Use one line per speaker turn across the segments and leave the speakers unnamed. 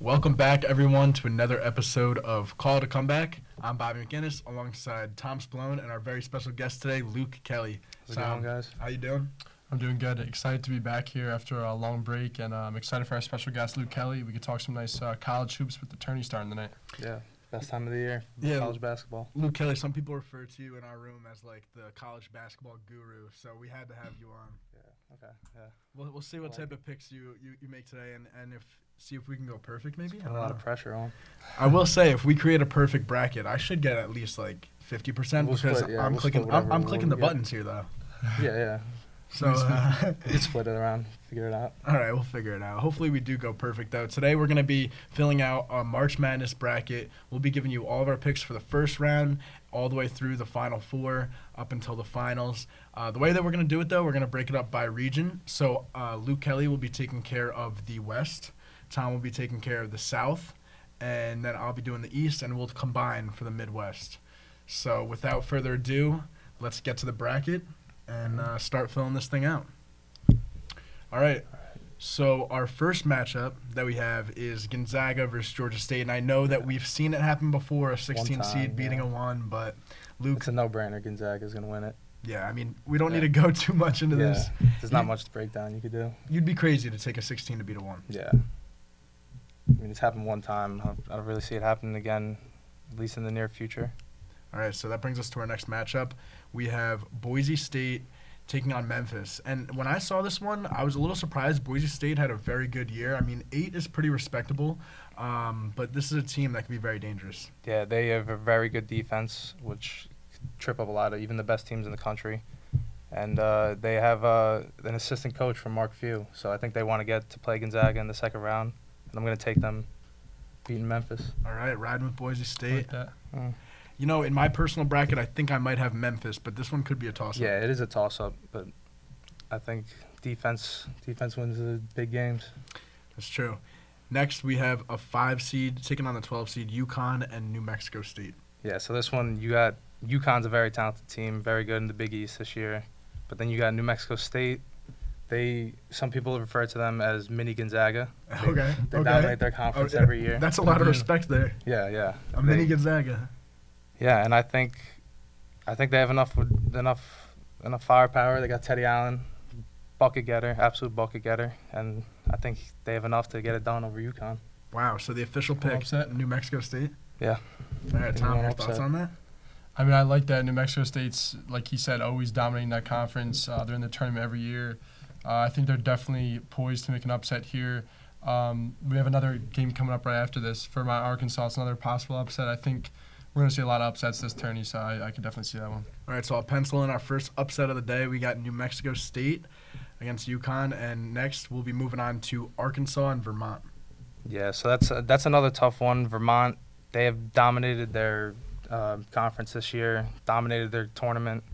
Welcome back, everyone, to another episode of Call to Comeback. I'm Bobby McGinnis, alongside Tom Splone and our very special guest today, Luke Kelly.
How's it going, guys?
How you doing?
I'm doing good. Excited to be back here after a long break, and uh, I'm excited for our special guest, Luke Kelly. We could talk some nice uh, college hoops with the tourney starting tonight.
Yeah, best time of the year.
Yeah.
college basketball.
Luke Kelly, some people refer to you in our room as like the college basketball guru, so we had to have you on.
Okay. Yeah,
We'll, we'll see what
I like
type of picks you, you, you make today, and, and if see if we can go perfect, maybe. I
put a
don't
lot
know.
of pressure on.
I will say, if we create a perfect bracket, I should get at least like fifty percent
We'll
because
split, yeah,
I'm
we'll
clicking.
split
I'm,
whatever
I'm
we
clicking the
get.
buttons here though.
Yeah, yeah.
So uh,
We can split it around, figure it out.
all right, we'll figure it out. Hopefully, we do go perfect though. Today, we're gonna be filling out a March Madness bracket. We'll be giving you all of our picks for the first round, all the way through the final four, up until the finals. Uh, the way that we're gonna do it though, we're gonna break it up by region. So uh, Luke Kelly will be taking care of the West. Tom will be taking care of the South, and then I'll be doing the East, and we'll combine for the Midwest. So without further ado, let's get to the bracket and uh, start filling this thing out. All right. So our first matchup that we have is Gonzaga versus Georgia State, and I know that we've seen it happen before—a 16
time,
seed beating
yeah.
a one. But Luke,
It's a no-brainer. Gonzaga's gonna win it.
yeah, I mean, we don't
Yeah.
need to go too much into
yeah.
this.
There's not much to break down you could do.
You'd be crazy to take a 16 to beat a one.
Yeah. I mean, it's happened one time. I don't- I don't really see it happening again, at least in the near future.
All right, so that brings us to our next matchup. We have Boise State taking on Memphis. And when I saw this one, I was a little surprised. Boise State had a very good year. I mean, eight is pretty respectable, um, but this is a team that can be very dangerous.
Yeah, they have a very good defense, which could trip up a lot of even the best teams in the country. And uh, they have uh, an assistant coach from Mark Few, so I think they want to get to play Gonzaga in the second round. And I'm going to take them beating Memphis.
All right, riding with Boise
I
State.
Like that.
Mm.
You know, in my personal bracket, I think I might have Memphis, but this one could be a toss up.
Yeah, it is a toss-up, but I think defense defense wins the big games.
That's true. Next, we have a five seed taking on the 12 seed Yukon and New Mexico State.
Yeah, so this one you got UConn's a very talented team, very good in the Big East this year, but then you got New Mexico State. They some people refer to them as mini Gonzaga. They-
Okay, okay.
They
Oh,
dominate their conference
yeah.
every year.
That's a lot of
Yeah.
respect there.
Yeah, yeah.
A mini
They-
Gonzaga.
yeah, and I think, I think they have enough with enough enough firepower. They got Teddy Allen, bucket getter, absolute bucket getter, and I think they have enough to get it done over UConn.
Wow, so the official
Little
pick,
upset.
New Mexico State?
Yeah.
All right, Tom,
Little
your
upset.
thoughts on that?
I mean, I like that New Mexico State's, like he said, always dominating that conference. Uh, they're in the tournament every year. Uh, I think they're definitely poised to make an upset here. Um, we have another game coming up right after this for my Arkansas. It's another possible upset. I think we're going to see a lot of upsets this tourney, so I, I could definitely see that one.
All right, so I'll pencil in our first upset of the day. We got New Mexico State against UConn, and next we'll be moving on to Arkansas and Vermont.
Yeah, so that's that's another tough one. Vermont, they have dominated their uh, conference this year, dominated their tournament.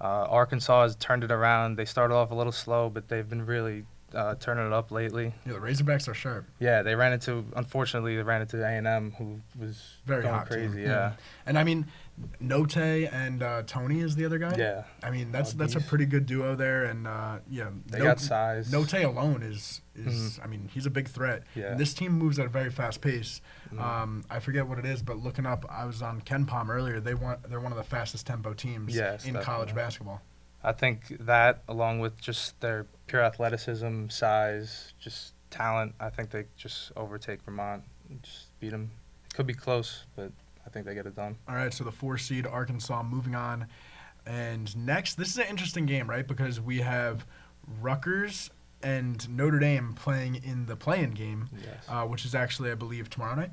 Uh, Arkansas has turned it around. They started off a little slow, but they've been really uh, turning it up lately.
Yeah, the Razorbacks are sharp.
Yeah, they ran into unfortunately they ran into A and M, who was
Very
going
hot team, Mm-hmm.
crazy.
yeah.
Yeah,
And I mean, Note and uh, Tony is the other guy.
yeah,
I mean, that's
Oh,
that's a
geez.
pretty good duo there, and uh, yeah,
they got size. Mm-hmm.
Note alone is is I mean he's a big threat.
Yeah.
This team moves at a very fast pace.
Mhm.
Um, I forget what it is, but looking up, I was on Ken Palm earlier. They want they're one of the fastest tempo teams
Yes,
in college
definitely.
basketball.
I think that along with just their pure athleticism, size, just talent, I think they just overtake Vermont, and just beat them. It could be close, but I think they get it done.
All right, so the four seed Arkansas moving on, and next this is an interesting game, right? Because we have Rutgers and Notre Dame playing in the play-in game,
Yes.
uh, which is actually I believe tomorrow night.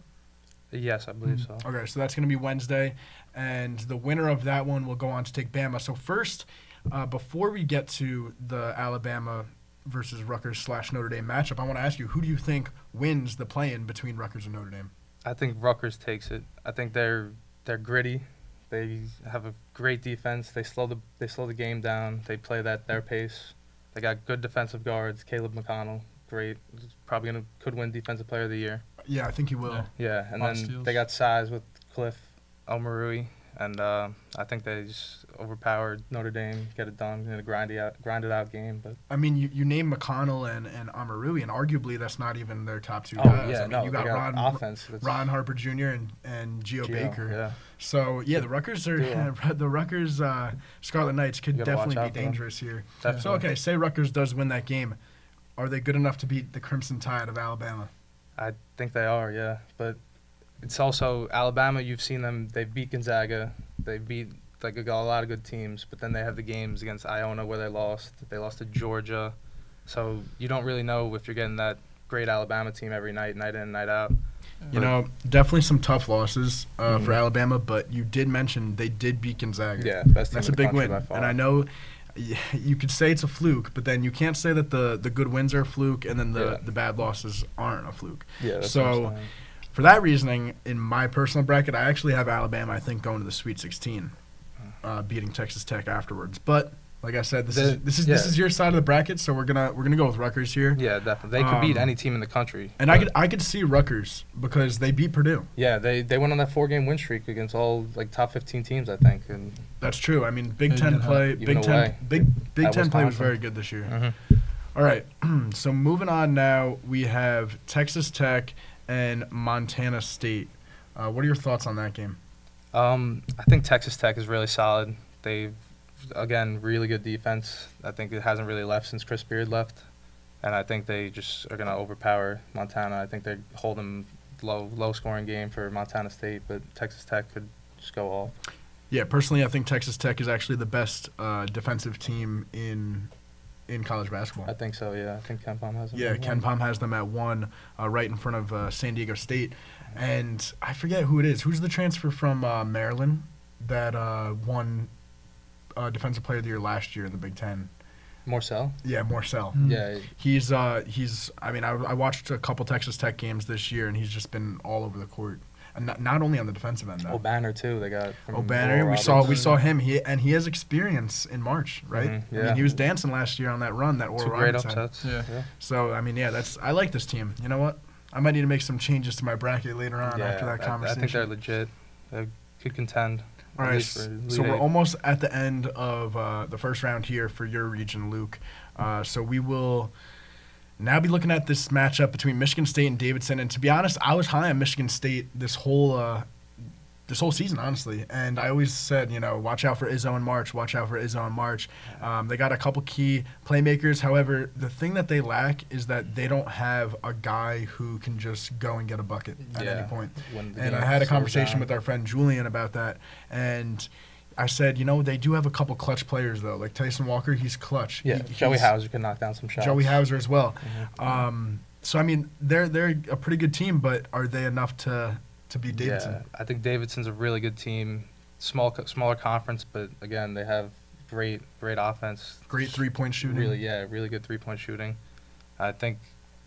yes, I believe so.
Okay, so that's going to be Wednesday, and the winner of that one will go on to take Bama. So first, uh, before we get to the Alabama versus Rutgers slash Notre Dame matchup, I want to ask you, who do you think wins the play-in between Rutgers and Notre Dame?
I think Rutgers takes it. I think they're they're gritty. They have a great defense. They slow the they slow the game down. They play that their pace. They got good defensive guards. Caleb McConnell, great. Probably gonna could win defensive player of the year.
Yeah, I think he will.
Yeah.
Yeah, and
Lot
then
of steals.
they got size with Cliff Omarui. and uh, I think they just overpowered Notre Dame, get it done in a grindy out, grinded out game. But
I mean, you, you name McConnell and, and Amarui, and arguably that's not even their top two
oh
guys.
yeah,
I mean,
no,
you
they
got,
got
Ron,
offense. that's-
Ron Harper Jr. and, and Geo,
Gio,
Baker.
Yeah.
So yeah, the Rutgers are
Yeah.
the Rutgers uh, Scarlet Knights could
You gotta watch
definitely be
out for them.
dangerous here.
Definitely.
So okay, say Rutgers does win that game, are they good enough to beat the Crimson Tide of Alabama?
I think they are, yeah. But it's also Alabama. You've seen them. They beat Gonzaga. They beat like a, a lot of good teams. But then they have the games against Iona where they lost. They lost to Georgia. So you don't really know if you're getting that great Alabama team every night, night in and night out.
You
Right.
know, definitely some tough losses uh, for
Mhm.
Alabama, but you did mention they did beat Gonzaga.
Yeah, best
that's
team
a
in the
big
country
win,
by far.
and I know. y- You could say it's a fluke, but then you can't say that the, the good wins are a fluke and then the,
Yeah.
the bad losses aren't a fluke.
Yeah. that's
So-
what I'm saying.
For that reasoning, in my personal bracket, I actually have Alabama, I think, going to the Sweet 16, uh, beating Texas Tech afterwards. But like I said, this
The-
is this is this
yeah.
is your side of the bracket, so we're gonna we're gonna go with Rutgers here.
yeah, definitely. They could beat
Um,
any team in the country.
And I
but-
could I could see Rutgers because they beat Purdue.
Yeah, they they went on that four game win streak against all like top 15 teams, I think. And
That's true. I mean, Big
They
Ten
did, huh?
play,
Even
Big Ten,
away.
Big Big
At
Ten play was
Wisconsin.
very good this year.
Mhm.
All right, so moving on now, we have Texas Tech and Montana State. Uh, what are your thoughts on that game?
Um, I think Texas Tech is really solid. They've again really good defense. I think it hasn't really left since Chris Beard left, and I think they just are gonna overpower Montana. I think they hold them low low scoring game for Montana State, but Texas Tech could just go off.
Yeah, personally, I think Texas Tech is actually the best uh, defensive team in in college
I
basketball.
think so. Yeah, I think Ken Palm has. them
Yeah,
at
Ken
one.
Palm has them at one, uh, right in front of uh, San Diego State, and I forget who it is. Who's the transfer from uh, Maryland that uh, won uh, Defensive Player of the Year last year in the Big Ten?
Morcell.
Yeah, Morcell.
Mm.
Yeah,
He's uh, he's. I mean, I, I watched a couple Texas Tech games this year, and he's just been all over the court, and not, not only on the defensive end though.
O'Banner too. They got. from
O'Banner.
Oral
Oh, We saw we
Roberts.
saw him. He and he has experience in March, right?
Mhm,
I
yeah.
mean, he was dancing last year on that run that
Two
Oral
great
Roberts had.
upsets.
Yeah.
So I mean, yeah, that's I like this team. You know what? I might need to make some changes to my bracket later on after that
I-
conversation.
I think they're legit. They could contend.
All
at
right,
least
s-
for
so
Elite
we're
Eight.
almost at the end of uh, the first round here for your region, Luke. Uh, so we will now be looking at this matchup between Michigan State and Davidson. And to be honest, I was high on Michigan State this whole uh, this whole season, honestly. And I always said, you know, watch out for Izzo in March. Watch out for Izzo in March. Um, they got a couple key playmakers. However, the thing that they lack is that they don't have a guy who can just go and get a bucket at
Yeah.
any point
When the
and I
game
had a
slows
conversation
down.
with our friend Julian about that, and I said, you know, they do have a couple clutch players though, like Tyson Walker, he's clutch.
Yeah,
He-
Joey
he's-
Hauser can knock down some shots. Mm-hmm.
Joey Hauser as well. Um, so I mean, they're they're a pretty good team, but are they enough to to beat Davidson?
Yeah, I think Davidson's a really good team. Small, co- smaller conference, but again, they have great, great offense.
Great three point shooting.
Really, yeah, really good three point shooting. I think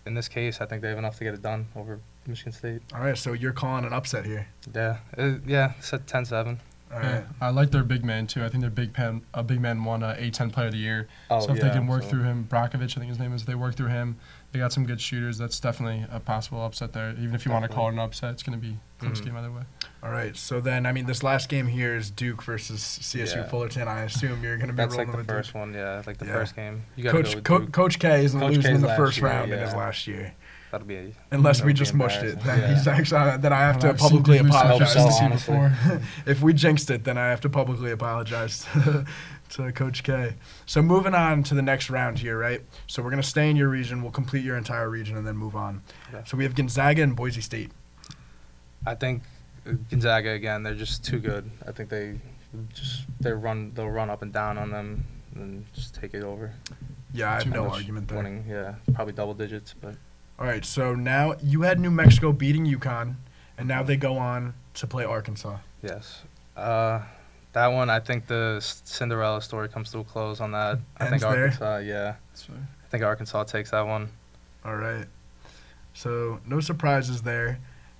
in this case, I think they have enough to get it done over Michigan State.
All right, so you're calling an upset here.
Yeah, uh, yeah, set 10-7.
All
Yeah.
right.
I like their big man too. I think their big man, a big man won a A10 Player of the Year.
Oh,
so if
yeah,
they can work
so-
through him, Brockovich, I think his name is. They work through him. They got some good shooters. That's definitely a possible upset there. Even if you want to call it an upset, it's going to be a close
Mhm.
game either way.
All right. So then, I mean, this last game here is Duke versus CSU
Yeah.
Fullerton. I assume you're going to be
That's
rolling
like the
with
first one, yeah, like the
Yeah.
first game. You
Duke.
gotta
Coach
go with
Co-
Duke.
Coach K isn't
Coach
losing
K's
in the
last
first
year,
round in his
yeah.
last year.
That'll be. a-
Unless
that
we
would be
just mushed it,
embarrassing.
then
Yeah.
he's actually uh, then I have to
I've seen
publicly
Duke lose to
apologize.
Hope so,
to you
honestly.
before. if we jinxed it, then I have to publicly apologize to Coach K. So moving on to the next round here, right? So we're gonna stay in your region. We'll complete your entire region and then move on.
Okay.
So we have Gonzaga and Boise State.
I think Gonzaga again. They're just too good. I think they just they run they'll run up and down on them and just take it over.
Yeah, I have
Too
no
much
argument there.
Winning, yeah, probably double digits, but
All right, so now you had New Mexico beating UConn, and now they go on to play Arkansas.
yes. Uh, that one, I think the s- Cinderella story comes to a close on that. I
Ends
think
there?
Arkansas, yeah,
That's fair.
I think Arkansas takes that one.
All right. So no surprises there.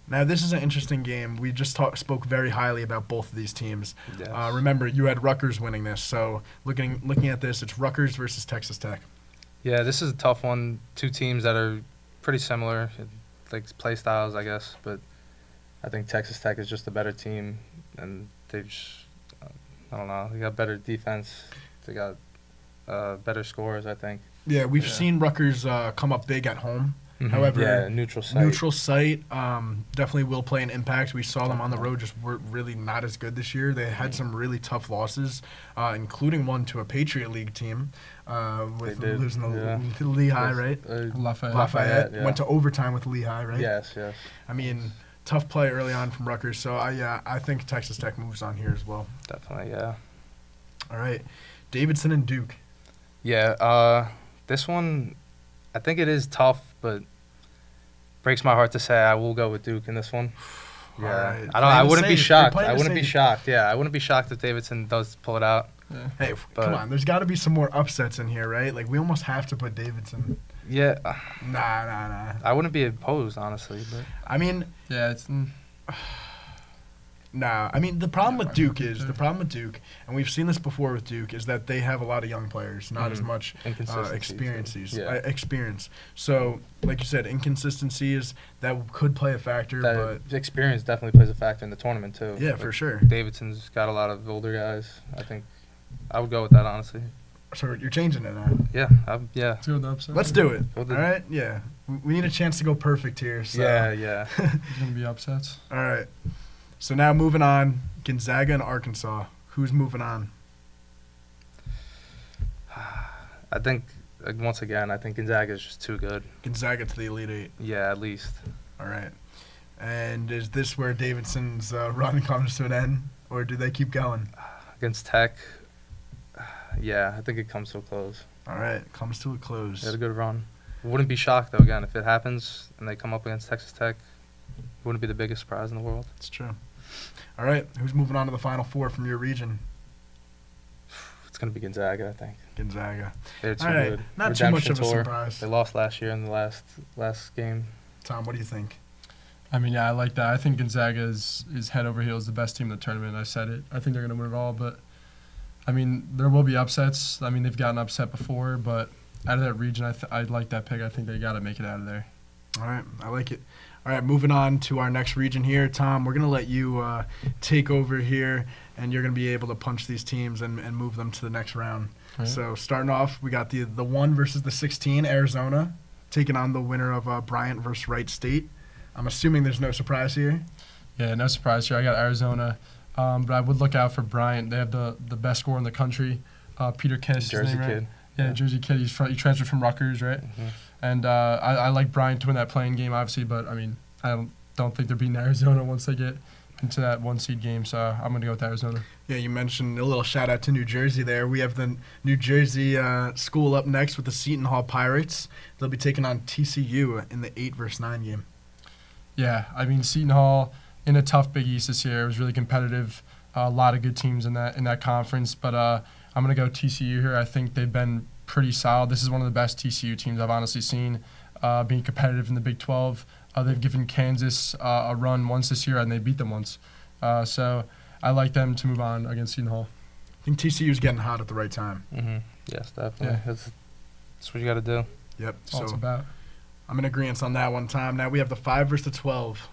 Now this is an interesting game. We just talk, spoke very highly about both of these teams.
Yes.
Uh, remember, you had Rutgers winning this. So looking looking at this, it's Rutgers versus Texas Tech.
yeah, this is a tough one. Two teams that are pretty similar, like play styles, I guess. But I think Texas Tech is just a better team, and they've just, I don't know. They got better defense. They got uh, better scores, I think.
Yeah, we've
Yeah.
seen Rutgers uh, come up big at home. However,
yeah, neutral site.
Neutral site um, definitely will play an impact. We saw them on the road just were really not as good this year. They
Mm-hmm.
had some really tough losses, uh, including one to a Patriot League team uh, with
They did,
losing to
yeah.
to Lehigh,
Was-
right?
uh,
Lafayette.
Lafayette,
Lafayette, yeah.
went to overtime with Lehigh, right?
Yes, yes.
I mean, tough play early on from Rutgers. So I, yeah, I think Texas Tech moves on here as well.
Definitely, yeah.
All right, Davidson and Duke.
Yeah, uh, this one, I think it is tough, but breaks my heart to say I will go with Duke in this one. Yeah,
Alright,
I
playing
don't. I
it
wouldn't
safe.
be
You're
shocked.
playing
I
it
wouldn't be
safe.
shocked. Yeah, I wouldn't be shocked if Davidson does pull it out.
Hey, f-
But-
come on. There's got to be some more upsets in here, right? Like we almost have to put Davidson.
Yeah, uh,
Nah, nah, nah.
I wouldn't be opposed honestly. But
I mean,
Yeah, it's mm,
Nah, I mean the problem
Yeah,
with
I mean,
Duke is the
they're-
problem with Duke, and we've seen this before with Duke is that they have a lot of young players, not as
Mhm.
much uh,
inconsistency.
experiences,
Yeah.
uh, experience. So, like you said, inconsistencies that could play a factor,
that experience definitely plays a factor in the tournament too.
but yeah,
But
for sure.
Davidson's got a lot of older guys. I think I would go with that honestly.
So you're changing it now.
Yeah, I, yeah,
let's go with the upset.
Let's do it.
Well,
All
the-
right, yeah. We- We need a chance to go perfect here. So.
yeah, yeah.
There's gonna be upsets.
All right. So now moving on, Gonzaga and Arkansas. Who's moving on?
I think like, once again, I think Gonzaga is just too good.
Gonzaga to the Elite Eight.
Yeah, at least.
All right. And is this where Davidson's uh, run comes to an end, or do they keep going?
against Tech. Yeah, I think it comes so close.
All right, comes to a
They had
close.
a good run. Wouldn't be shocked though. Again, if it happens and they come up against Texas Tech, wouldn't be the biggest surprise in the world.
It's true. All right, who's moving on to the Final Four from your region?
It's gonna be Gonzaga, I think.
Gonzaga.
They're too
All right,
good.
not too much
Redemption
of a
tour.
surprise.
They lost last year in the last last game.
Tom, what do you think?
I mean, yeah, I like that. I think Gonzaga is, is head over heels the best team in the tournament. I said it. I think they're going to win it all, but I mean, there will be upsets. I mean, they've gotten upset before, but out of that region, I th- I'd like that pick. I think they got to make it out of there.
All right, I like it. All right, moving on to our next region here. Tom, we're going to let you uh, take over here, and you're going to be able to punch these teams and, and move them to the next round. So, starting off, we got the, the 1 versus the 16, Arizona, taking on the winner of uh, Bryant versus Wright State. I'm assuming there's no surprise here.
Yeah, no surprise here. I got Arizona, um, but I would look out for Bryant. They have the, the best scorer in the country. Uh, Peter Kiss,
Jersey kid.
Yeah,
Yeah.
Jersey kid. He's fr- he transferred from Rutgers, right?
Mhm.
And uh, I, I like Bryant to win that playing game, obviously, but I mean, I don't don't think they're beating Arizona once they get into that one seed game. So I'm gonna go with Arizona.
Yeah, you mentioned a little shout out to New Jersey there. We have the New Jersey uh, school up next with the Seton Hall Pirates. They'll be taking on TCU in the 8 versus 9 game.
Yeah, I mean Seton Hall in a tough Big East this year. It was really competitive. Uh, a lot of good teams in that in that conference, but uh, I'm gonna go TCU here. I think they've been pretty solid. This is one of the best TCU teams I've honestly seen, uh, being competitive in the Big 12. Uh, they've given Kansas uh, a run once this year, and they beat them once. Uh, so I like them to move on against Seton Hall.
I think TCU's getting hot at the right time.
Mm-hmm. Yes, definitely.
Yeah.
That's, that's what you got to do.
Yep.
That's all it's
So
about.
I'm in agreement on that one, Tom. Now we have the 5 versus the 12.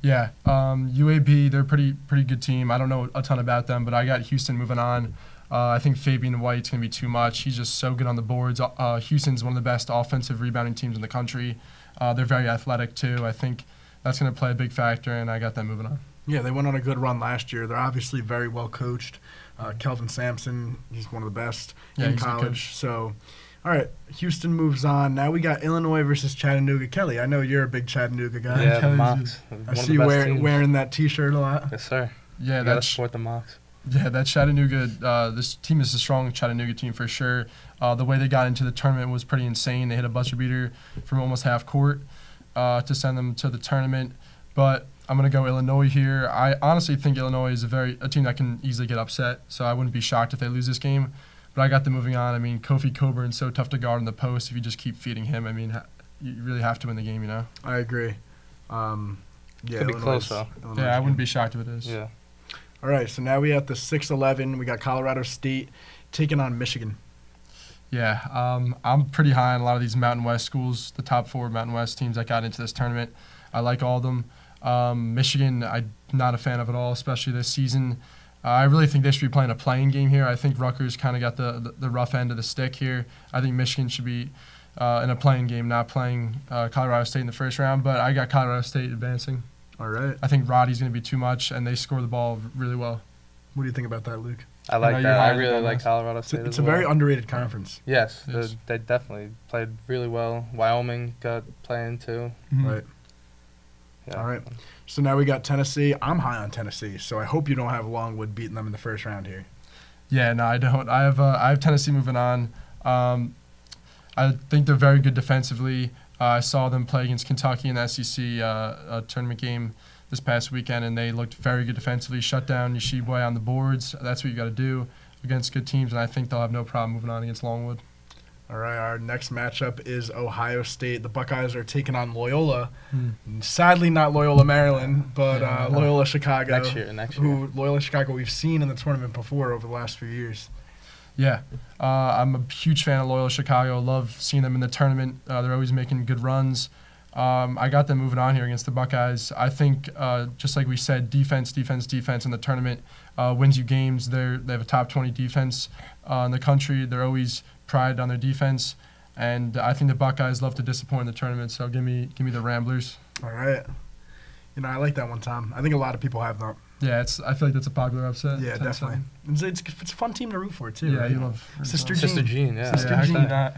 Yeah, um, UAB they're a pretty pretty good team. I don't know a ton about them, but I got Houston moving on. Uh, I think Fabian White's gonna be too much. He's just so good on the boards. Uh, Houston's one of the best offensive rebounding teams in the country. Uh, they're very athletic too. I think that's gonna play a big factor, and I got them moving on.
Yeah, they went on a good run last year. They're obviously very well coached. Uh, Kelvin Sampson, he's one of the best
Yeah,
in
he's the
college. So, all right, Houston moves on. Now we got Illinois versus Chattanooga. Kelly, I know you're a big Chattanooga guy.
yeah, the
Kelly's
mocks.
I
One
see
of
you
the best
wear,
teams.
wearing that T-shirt a lot.
Yes, sir.
Yeah,
you got to
that's
support the mocks.
Yeah, that Chattanooga, uh, this team is a strong Chattanooga team for sure. Uh, the way they got into the tournament was pretty insane. They hit a buzzer beater from almost half court uh, to send them to the tournament. But I'm gonna go Illinois here. I honestly think Illinois is a very a team that can easily get upset. So I wouldn't be shocked if they lose this game. But I got them moving on. I mean, Kofi Coburn's so tough to guard in the post. If you just keep feeding him, I mean, ha- you really have to win the game, you know.
I agree. Um, yeah,
Could be
Illinois
close,
is-
though.
Illinois
Yeah, I
is
wouldn't
good.
be shocked if it is.
Yeah.
All right, so now we at the 6-11. We got Colorado State taking on Michigan.
Yeah, um, I'm pretty high on a lot of these Mountain West schools, the top four Mountain West teams that got into this tournament. I like all of them. Um, Michigan, I'm not a fan of at all, especially this season. Uh, I really think they should be playing a playing game here. I think Rutgers kind of got the, the, the rough end of the stick here. I think Michigan should be uh, in a playing game, not playing uh, Colorado State in the first round. But I got Colorado State advancing.
All right.
I think Roddy's going to be too much, and they score the ball really well.
What do you think about that, Luke?
I
know
like
you're
that. I
high on
really
them,
like
yes.
Colorado
It's a,
State.
it's
as
a very
well.
underrated conference,
yes. the-
Yes.
they definitely played really well. Wyoming got playing too.
Mm-hmm.
right?
Yeah.
All right. So now we got Tennessee. I'm high on Tennessee, so I hope you don't have Longwood beating them in the first round here.
Yeah, no, I don't. I have uh, I have Tennessee moving on. Um, I think they're very good defensively. Uh, I saw them play against Kentucky in the SEC uh, uh, tournament game this past weekend, and they looked very good defensively. Shut down Yeshibwe on the boards. That's what you got to do against good teams, and I think they'll have no problem moving on against Longwood.
All right, our next matchup is Ohio State. The Buckeyes are taking on Loyola.
Hmm.
Sadly, not Loyola, Maryland, but
Yeah,
uh,
no.
Loyola, Chicago.
Next year. Next year.
Who Loyola Chicago we've seen in the tournament before over the last few years.
Yeah, uh, I'm a huge fan of Loyola Chicago. Love seeing them in the tournament. Uh, they're always making good runs. Um, I got them moving on here against the Buckeyes. I think, uh, just like we said, defense, defense, defense in the tournament uh, wins you games. They're, they have a top 20 defense uh, in the country. They're always prided on their defense. And I think the Buckeyes love to disappoint in the tournament. So give me, give me the Ramblers.
All right. You know, I like that one, Tom. I think a lot of people have them.
Yeah, it's. I feel like that's a popular upset.
Yeah,
10-7.
definitely. It's, it's, it's a fun team to root for, too.
Uh, Yeah,
right?
you love
Sister
Sister Jean. Yeah.
Sister
Yeah, how can
Jean.
you not?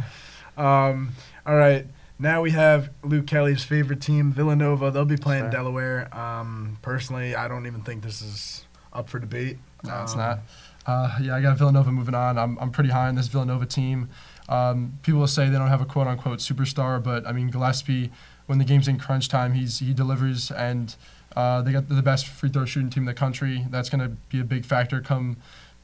Um, all right. Now we have Luke Kelly's favorite team, Villanova. They'll be playing
Sure.
Delaware. Um, personally, I don't even think this is up for debate.
No, it's
Um,
not. Uh, yeah, I got Villanova moving on. I'm, I'm pretty high on this Villanova team. Um, people will say they don't have a quote unquote superstar, but I mean Gillespie, when the game's in crunch time, he's he delivers, and uh, they got the best free throw shooting team in the country. That's going to be a big factor come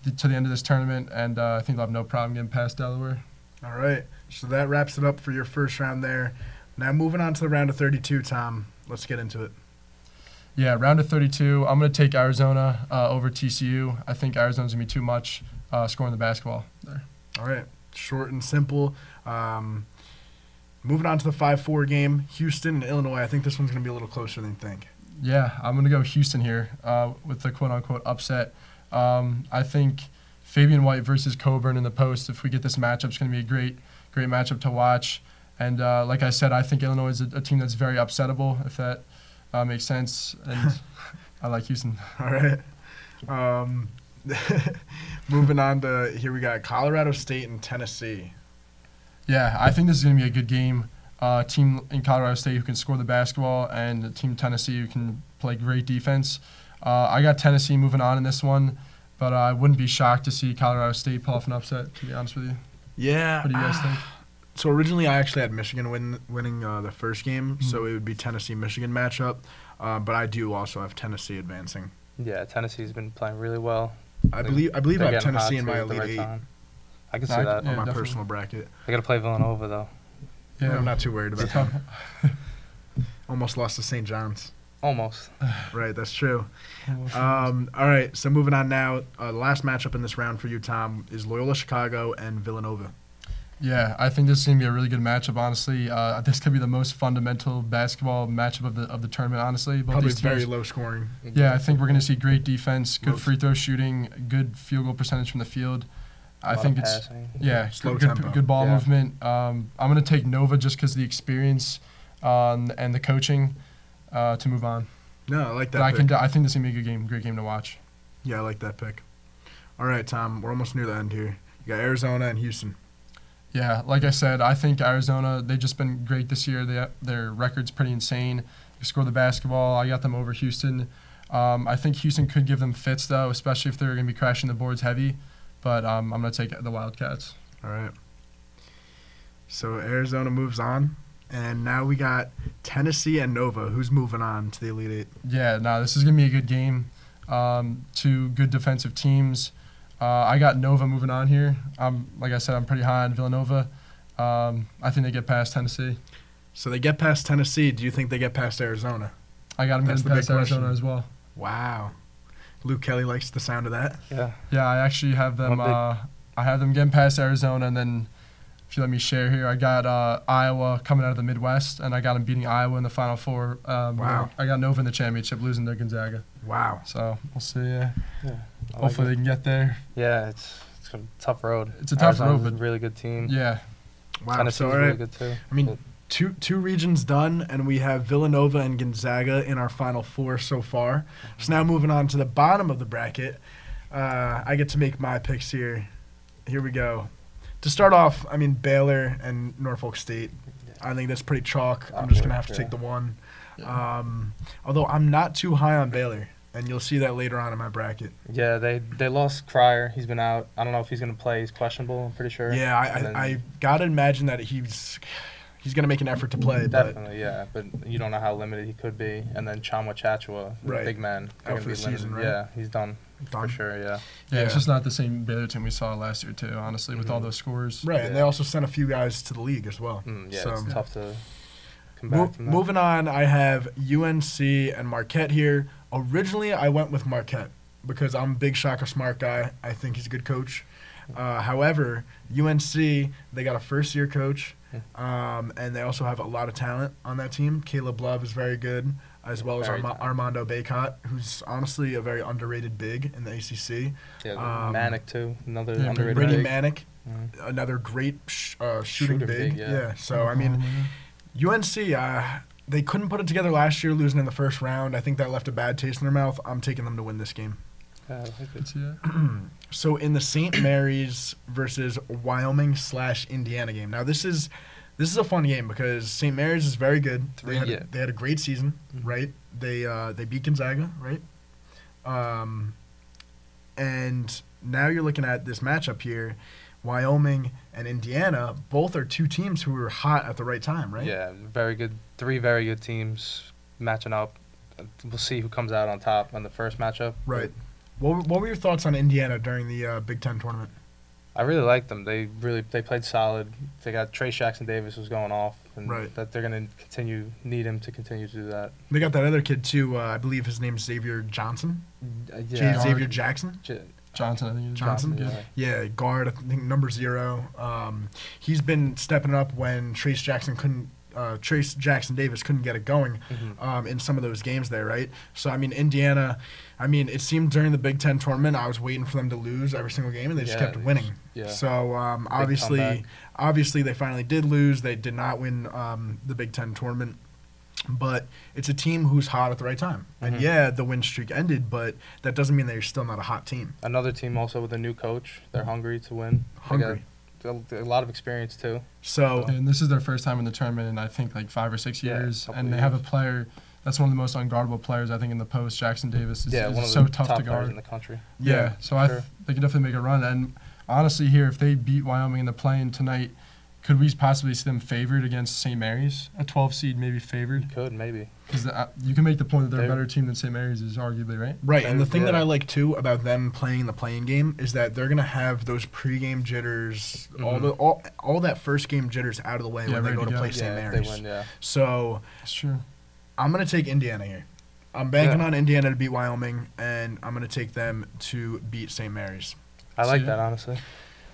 th- to the end of this tournament, and uh, I think they'll have no problem getting past Delaware.
All right. So that wraps it up for your first round there. Now moving on to the round of 32, Tom. Let's get into it.
Yeah, round of 32. I'm going to take Arizona uh, over TCU. I think Arizona's going to be too much uh, scoring the basketball. There.
All right. Short and simple. Um, moving on to the 5 4 game, Houston and Illinois. I think this one's going to be a little closer than you think.
Yeah, I'm going to go Houston here uh, with the quote unquote upset. Um, I think Fabian White versus Coburn in the post, if we get this matchup, it's going to be a great, great matchup to watch. And uh, like I said, I think Illinois is a, a team that's very upsettable, if that uh, makes sense. And I like Houston.
All right. Um, moving on to here we got Colorado State and Tennessee.
Yeah, I think this is going to be a good game. Uh, team in Colorado State who can score the basketball, and the team Tennessee who can play great defense. Uh, I got Tennessee moving on in this one, but uh, I wouldn't be shocked to see Colorado State pull off an upset. To be honest with you,
Yeah.
what do you guys
ah.
think?
So originally, I actually had Michigan win, winning uh, the first
Hmm.
game, so it would be Tennessee Michigan matchup. Uh, but I do also have Tennessee advancing.
Yeah, Tennessee's been playing really well.
I
They-
believe I believe I
They're
have
getting hot,
Tennessee in
too,
my
at the
elite
right
eight on
time. I can see
No, I-
that.
my
Yeah, definitely.
personal bracket.
They got to play Villanova though.
I'm
Yeah,
not too worried about
it's
that.
tough.
Almost lost to St. John's.
Almost.
Right, that's true. Um, all right, so moving on now. Uh, the last matchup in this round for you, Tom, is Loyola Chicago and Villanova.
Yeah, I think this is gonna be a really good matchup. Honestly, uh, this could be the most fundamental basketball matchup of the of the tournament. Honestly, Both
Probably
these teams-
very low scoring.
Yeah, I think we're going to see great defense, good
Low-
free throw shooting, good field goal percentage from the field.
A
I
lot
think
of
it's
passing.
yeah,
Slow
good,
tempo.
good ball
Yeah.
movement. Um, I'm going to take Nova just because the experience um, and the coaching uh, to move on.
No, I like that.
But I
pick.
can I think this is going to be a good game, great game to watch.
Yeah, I like that pick. All right, Tom, we're almost near the end here. You got Arizona and Houston.
Yeah, like I said, I think Arizona they've just been great this year. They, their record's pretty insane. They score the basketball. I got them over Houston. Um, I think Houston could give them fits though, especially if they're going to be crashing the boards heavy. But um, I'm going to take the Wildcats.
All right. So Arizona moves on, and now we got Tennessee and Nova, who's moving on to the Elite Eight.
Yeah, no, this is gonna be a good game. Um, two good defensive teams. Uh, I got Nova moving on here. I'm like I said, I'm pretty high on Villanova. Um, I think they get past Tennessee.
So they get past Tennessee. Do you think they get past Arizona?
I got them
That's
getting
the big
past Arizona
question.
as well.
Wow. Luke Kelly likes the sound of that.
Yeah.
Yeah, I actually have them.
One big-
Uh, I have them getting past Arizona, and then if you let me share here, I got uh, Iowa coming out of the Midwest, and I got them beating Iowa in the Final Four. Um,
Wow.
I got Nova in the championship, losing to Gonzaga.
Wow.
So we'll see. Yeah.
Yeah. I like
Hopefully
it.
they can get there.
yeah, it's it's a tough road.
It's a tough
Arizona's
road,
a
but-
really good team.
Yeah,
Wow.
Tennessee's
so all
really
right.
good too.
I mean, two two regions done, and we have Villanova and Gonzaga in our final four so far. So now moving on to the bottom of the bracket, uh, I get to make my picks here. Here we go. To start off, I mean Baylor and Norfolk State. I think that's pretty chalk. I'm just gonna have to take the one. Um, although I'm not too high on Baylor, and you'll see that later on in my bracket.
yeah, they they lost Crier. He's been out. I don't know if he's gonna play. He's questionable. I'm pretty sure.
Yeah, I,
And then-
I, I gotta imagine that he's he's gonna make an effort to play, but
Definitely, yeah, but you don't know how limited he could be. And then Chamwa Chachua,
Right.
big man, they're
Out
gonna
for
be
the
limited.
season, right?
Yeah, he's done for
Done.
sure. Yeah,
yeah. It's
Yeah.
just not the same Baylor team we saw last year too. Honestly, with all
Mhm.
those scores.
Right, and they
Yeah.
also sent a few guys to the league as well.
mm, yeah,
so,
it's tough to come back
Mo-
from that.
moving on, I have UNC and Marquette here. Originally, I went with Marquette because I'm a big Shaka Smart guy. I think he's a good coach. Uh, however, UNC they got a first year coach,
Hmm.
um, and they also have a lot of talent on that team. Caleb Love is very good, as well as
Very
Arma-
talented.
Armando Baycott, who's honestly a very underrated big in the ACC.
Yeah,
um,
Manic too, another
Yeah,
underrated.
Brady
big.
Manic,
Mhm.
another great sh- uh, shooting,
Shooter
big.
big, yeah. Mm-hmm.
yeah. So I
Um,
mean, UNC, uh, they couldn't put it together last year, losing in the first round. I think that left a bad taste in their mouth. I'm taking them to win this game.
Yeah, I like it.
It's, yeah.
So in the St. Mary's versus Wyoming slash Indiana game. Now this is this is a fun game because St. Mary's is very good. They had,
Yeah.
they had a great season,
Mhm.
right? They uh, they beat Gonzaga, right? Um, and now you're looking at this matchup here. Wyoming and Indiana, both are two teams who were hot at the right time, right?
Yeah, very good. Three very good teams matching up. We'll see who comes out on top on the first matchup.
Right. What were, what were your thoughts on Indiana during the uh, Big Ten tournament?
I really like them. They really they played solid. They got Trey Jackson Davis was going off, and
Right.
that they're gonna continue need him to continue to do that.
They got that other kid too. Uh, I believe his name's Xavier Johnson.
Uh,
J-
yeah.
Xavier Jackson.
J-
Johnson, I think. it is.
Johnson?
yeah.
Yeah, guard. I think number zero. Um, he's been stepping up when Trace Jackson couldn't. Uh, Trace Jackson Davis couldn't get it going
Mhm.
um, in some of those games there, right? So I mean, Indiana. I mean, it seemed during the Big Ten tournament, I was waiting for them to lose every single game, and they just
Yeah,
kept
they
winning.
yeah.
So um, obviously,
comeback.
obviously they finally did lose. They did not win um, the Big Ten tournament, but it's a team who's hot at the right time.
Mhm.
And yeah, the win streak ended, but that doesn't mean they're still not a hot team.
Another team also with a new coach. They're hungry to win.
Hungry.
They got a, a lot of experience too.
So
And this is their first time in the tournament in I think like five or six
Yeah,
years,
couple
and they have a player that's one of the most unguardable players I think in the post. Jackson Davis is,
yeah,
is
one of
so
the
tough
top
to
players in
guard.
the country.
yeah.
Yeah, so I th-
sure.
they can definitely make a run. And honestly, here if they beat Wyoming in the play-in tonight, could we possibly see them favored against St. Mary's, a 12 seed maybe favored?
Could maybe.
Because uh, you can make the point that they're a
They-
better team than St. Mary's is arguably right.
Right, and the thing that
Yeah.
I like too about them playing the playing game is that they're gonna have those pregame jitters, all
Mhm.
the all, all that first game jitters out of the way
Yeah,
when they
ready
go
to
to
go.
play
Yeah,
St.
yeah, if
Mary's.
they win. Yeah.
So
That's true.
I'm gonna take Indiana here. I'm banking
Yeah.
on Indiana to beat Wyoming, and I'm gonna take them to beat St. Mary's.
I
So,
like
yeah.
that honestly.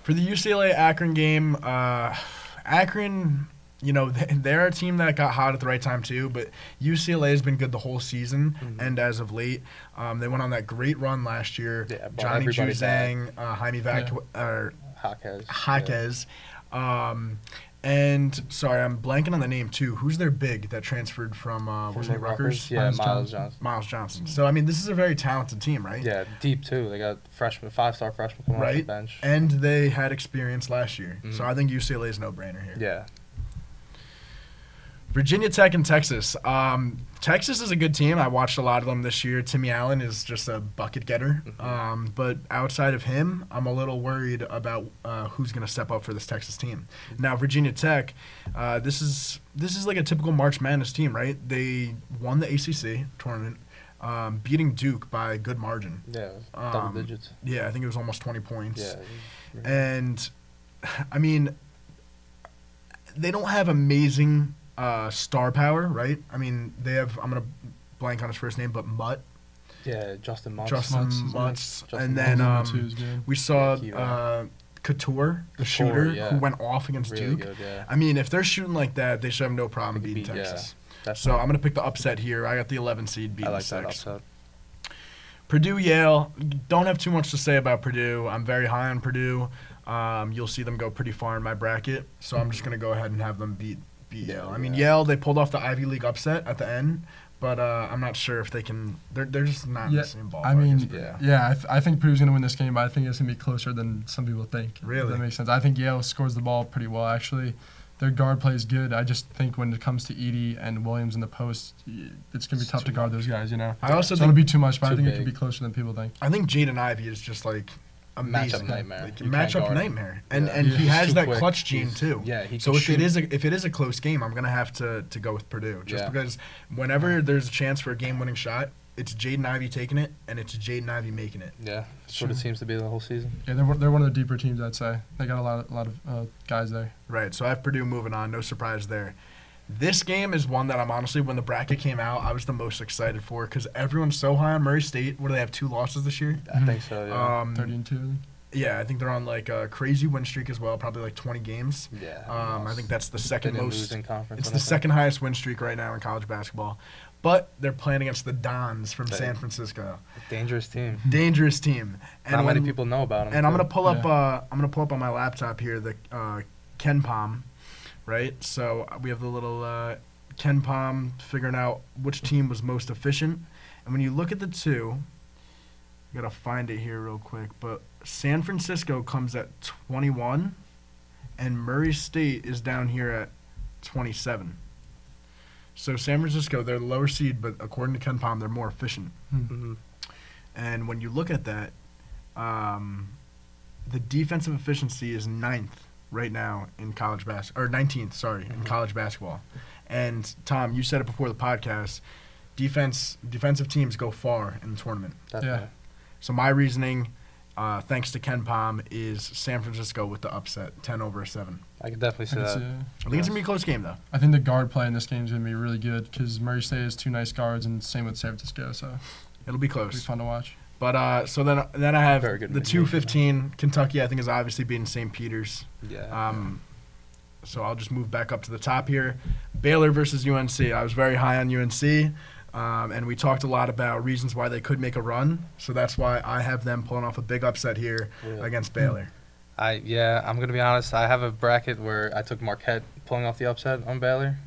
For the UCLA Akron game, uh, Akron, you know, th- they're a team that got hot at the right time too, but UCLA has been good the whole season
Mhm.
and as of late. Um, they went on that great run last year.
Yeah, brought
Johnny
everybody
Juzang, uh, Jaime Vac- or
Hawkes.
Jaquez. Um, and sorry, I'm blanking on the name too. Who's their big that transferred from, uh,
Yeah.
was it Rutgers?
Yeah, Miles
Miles Johnson.
Johnson.
Miles Johnson. So I mean, this is a very talented team, right?
Yeah, deep too. They got freshman, five-star freshman coming off the
Right.
bench.
And they had experience last year, so
Mhm.
I think UCLA is no brainer here.
yeah,
Virginia Tech and Texas. Um, Texas is a good team. I watched a lot of them this year. Timmy Allen is just a bucket getter.
Mhm.
Um, but outside of him, I'm a little worried about uh, who's going to step up for this Texas team.
Mm-hmm.
Now Virginia Tech, uh, this is this is like a typical March Madness team, right? They won the ACC tournament, um, beating Duke by a good margin.
yeah, double
Um,
digits.
Yeah, I think it was almost 20 points.
Yeah,
And I mean, they don't have amazing uh, star power, right? I mean, they have, I'm going to blank on his first name, but Mutt,
yeah, Justin Moss.
Justin
Mutz is
Mutz.
nice.
and
Justin
then
Those are the
um,
twos, man.
we saw
Yeah, Kiwi.
uh, Couture, the
Couture,
shooter,
yeah.
who went off against
really
Duke.
good. Yeah,
I mean, if they're shooting like that, they should have no problem
They could
beating
beat- yeah.
Texas.
that's
So I'm going to pick the upset here. I got the 11 seed beating
I like
the
that
six.
upset.
Purdue Yale. Don't have too much to say about Purdue. I'm very high on Purdue. Um, you'll see them go pretty far in my bracket, so I'm just gonna go ahead and have them beat beat Yale. I mean, Yale they pulled off the Ivy League upset at the end, but uh, I'm not sure if they can. They're they're just not in
Yeah,
the same ballpark.
I mean,
as Purdue.
yeah, I, th- I think Purdue's going to win this game, but I think it's going to be closer than some people think. if
Really?
that makes sense. I think Yale scores the ball pretty well, actually. Their guard play is good. I just think when it comes to Edie and Williams in the post, y- it's going to be tough to guard those guys, you know?
I also
So it'll
think
be too much, but I
Too
think it could be
big.
closer than people think.
I think Jaden Ivey is just like amazing.
Matchup nightmare.
Like,
You can't guard
matchup
him.
nightmare, and
Yeah.
and
Yeah.
he
He's
has
too
that
quick.
clutch gene
He's-
too.
Yeah, he
So
can
if
shoot.
it is a if it is a close game, I'm gonna have to to go with Purdue just
Yeah.
because whenever there's a chance for a game winning shot, it's Jaden Ivey taking it and it's Jaden Ivey making it.
Yeah, that's what it seems to be the whole season.
Yeah, they're, one- they're one of the deeper teams, I'd say. They got a lot of, a lot of uh, guys there.
Right. So I have Purdue moving on. No surprise there. This game is one that I'm honestly, when the bracket came out, I was the most excited for because everyone's so high on Murray State. What do they have? Two losses this year.
I think so. Yeah.
Um,
30 and 2.
Yeah, I think they're on like a crazy win streak as well. Probably like 20 games.
yeah.
Um, I think that's the second most.
in conference.
It's
I
the
think.
second highest win streak right now in college basketball. But they're playing against the Dons from
Right.
San Francisco.
dangerous team.
Dangerous team. And
Not many
when-
people know about him.
And I'm
too.
gonna pull up.
Yeah.
Uh, I'm gonna pull up on my laptop here the uh, Ken Palm, right? So we have the little uh, Ken Palm figuring out which team was most efficient. And when you look at the two, I gotta find it here real quick. But San Francisco comes at 21, and Murray State is down here at 27. So San Francisco, they're lower seed, but according to Ken Palm, they're more efficient.
Mm-hmm,
Mhm.
And when you look at that, um, the defensive efficiency is ninth right now in college bas or 19th, sorry,
Mm-hmm.
in college basketball. And Tom, you said it before the podcast. Defense defensive teams go far in the tournament.
Definitely.
So my reasoning, uh, thanks to Ken Palm, is San Francisco with the upset, 10 over 7.
I could definitely
I
see
can
that.
see it.
I think it's gonna be a close game though.
I think the guard play in this game is going to be really good because Murray State has two nice guards, and same with San Francisco, so
It'll be
it'll be
close.
fun to watch.
But uh, so then then I have
Very good
the
win.
215 Kentucky. I think is obviously beating St. Peter's.
Yeah.
Um, so I'll just move back up to the top here. Baylor versus UNC. I was very high on UNC, um, and we talked a lot about reasons why they could make a run. So that's why I have them pulling off a big upset here
Really.
against Baylor.
I yeah, I'm gonna be honest. I have a bracket where I took Marquette pulling off the upset on Baylor.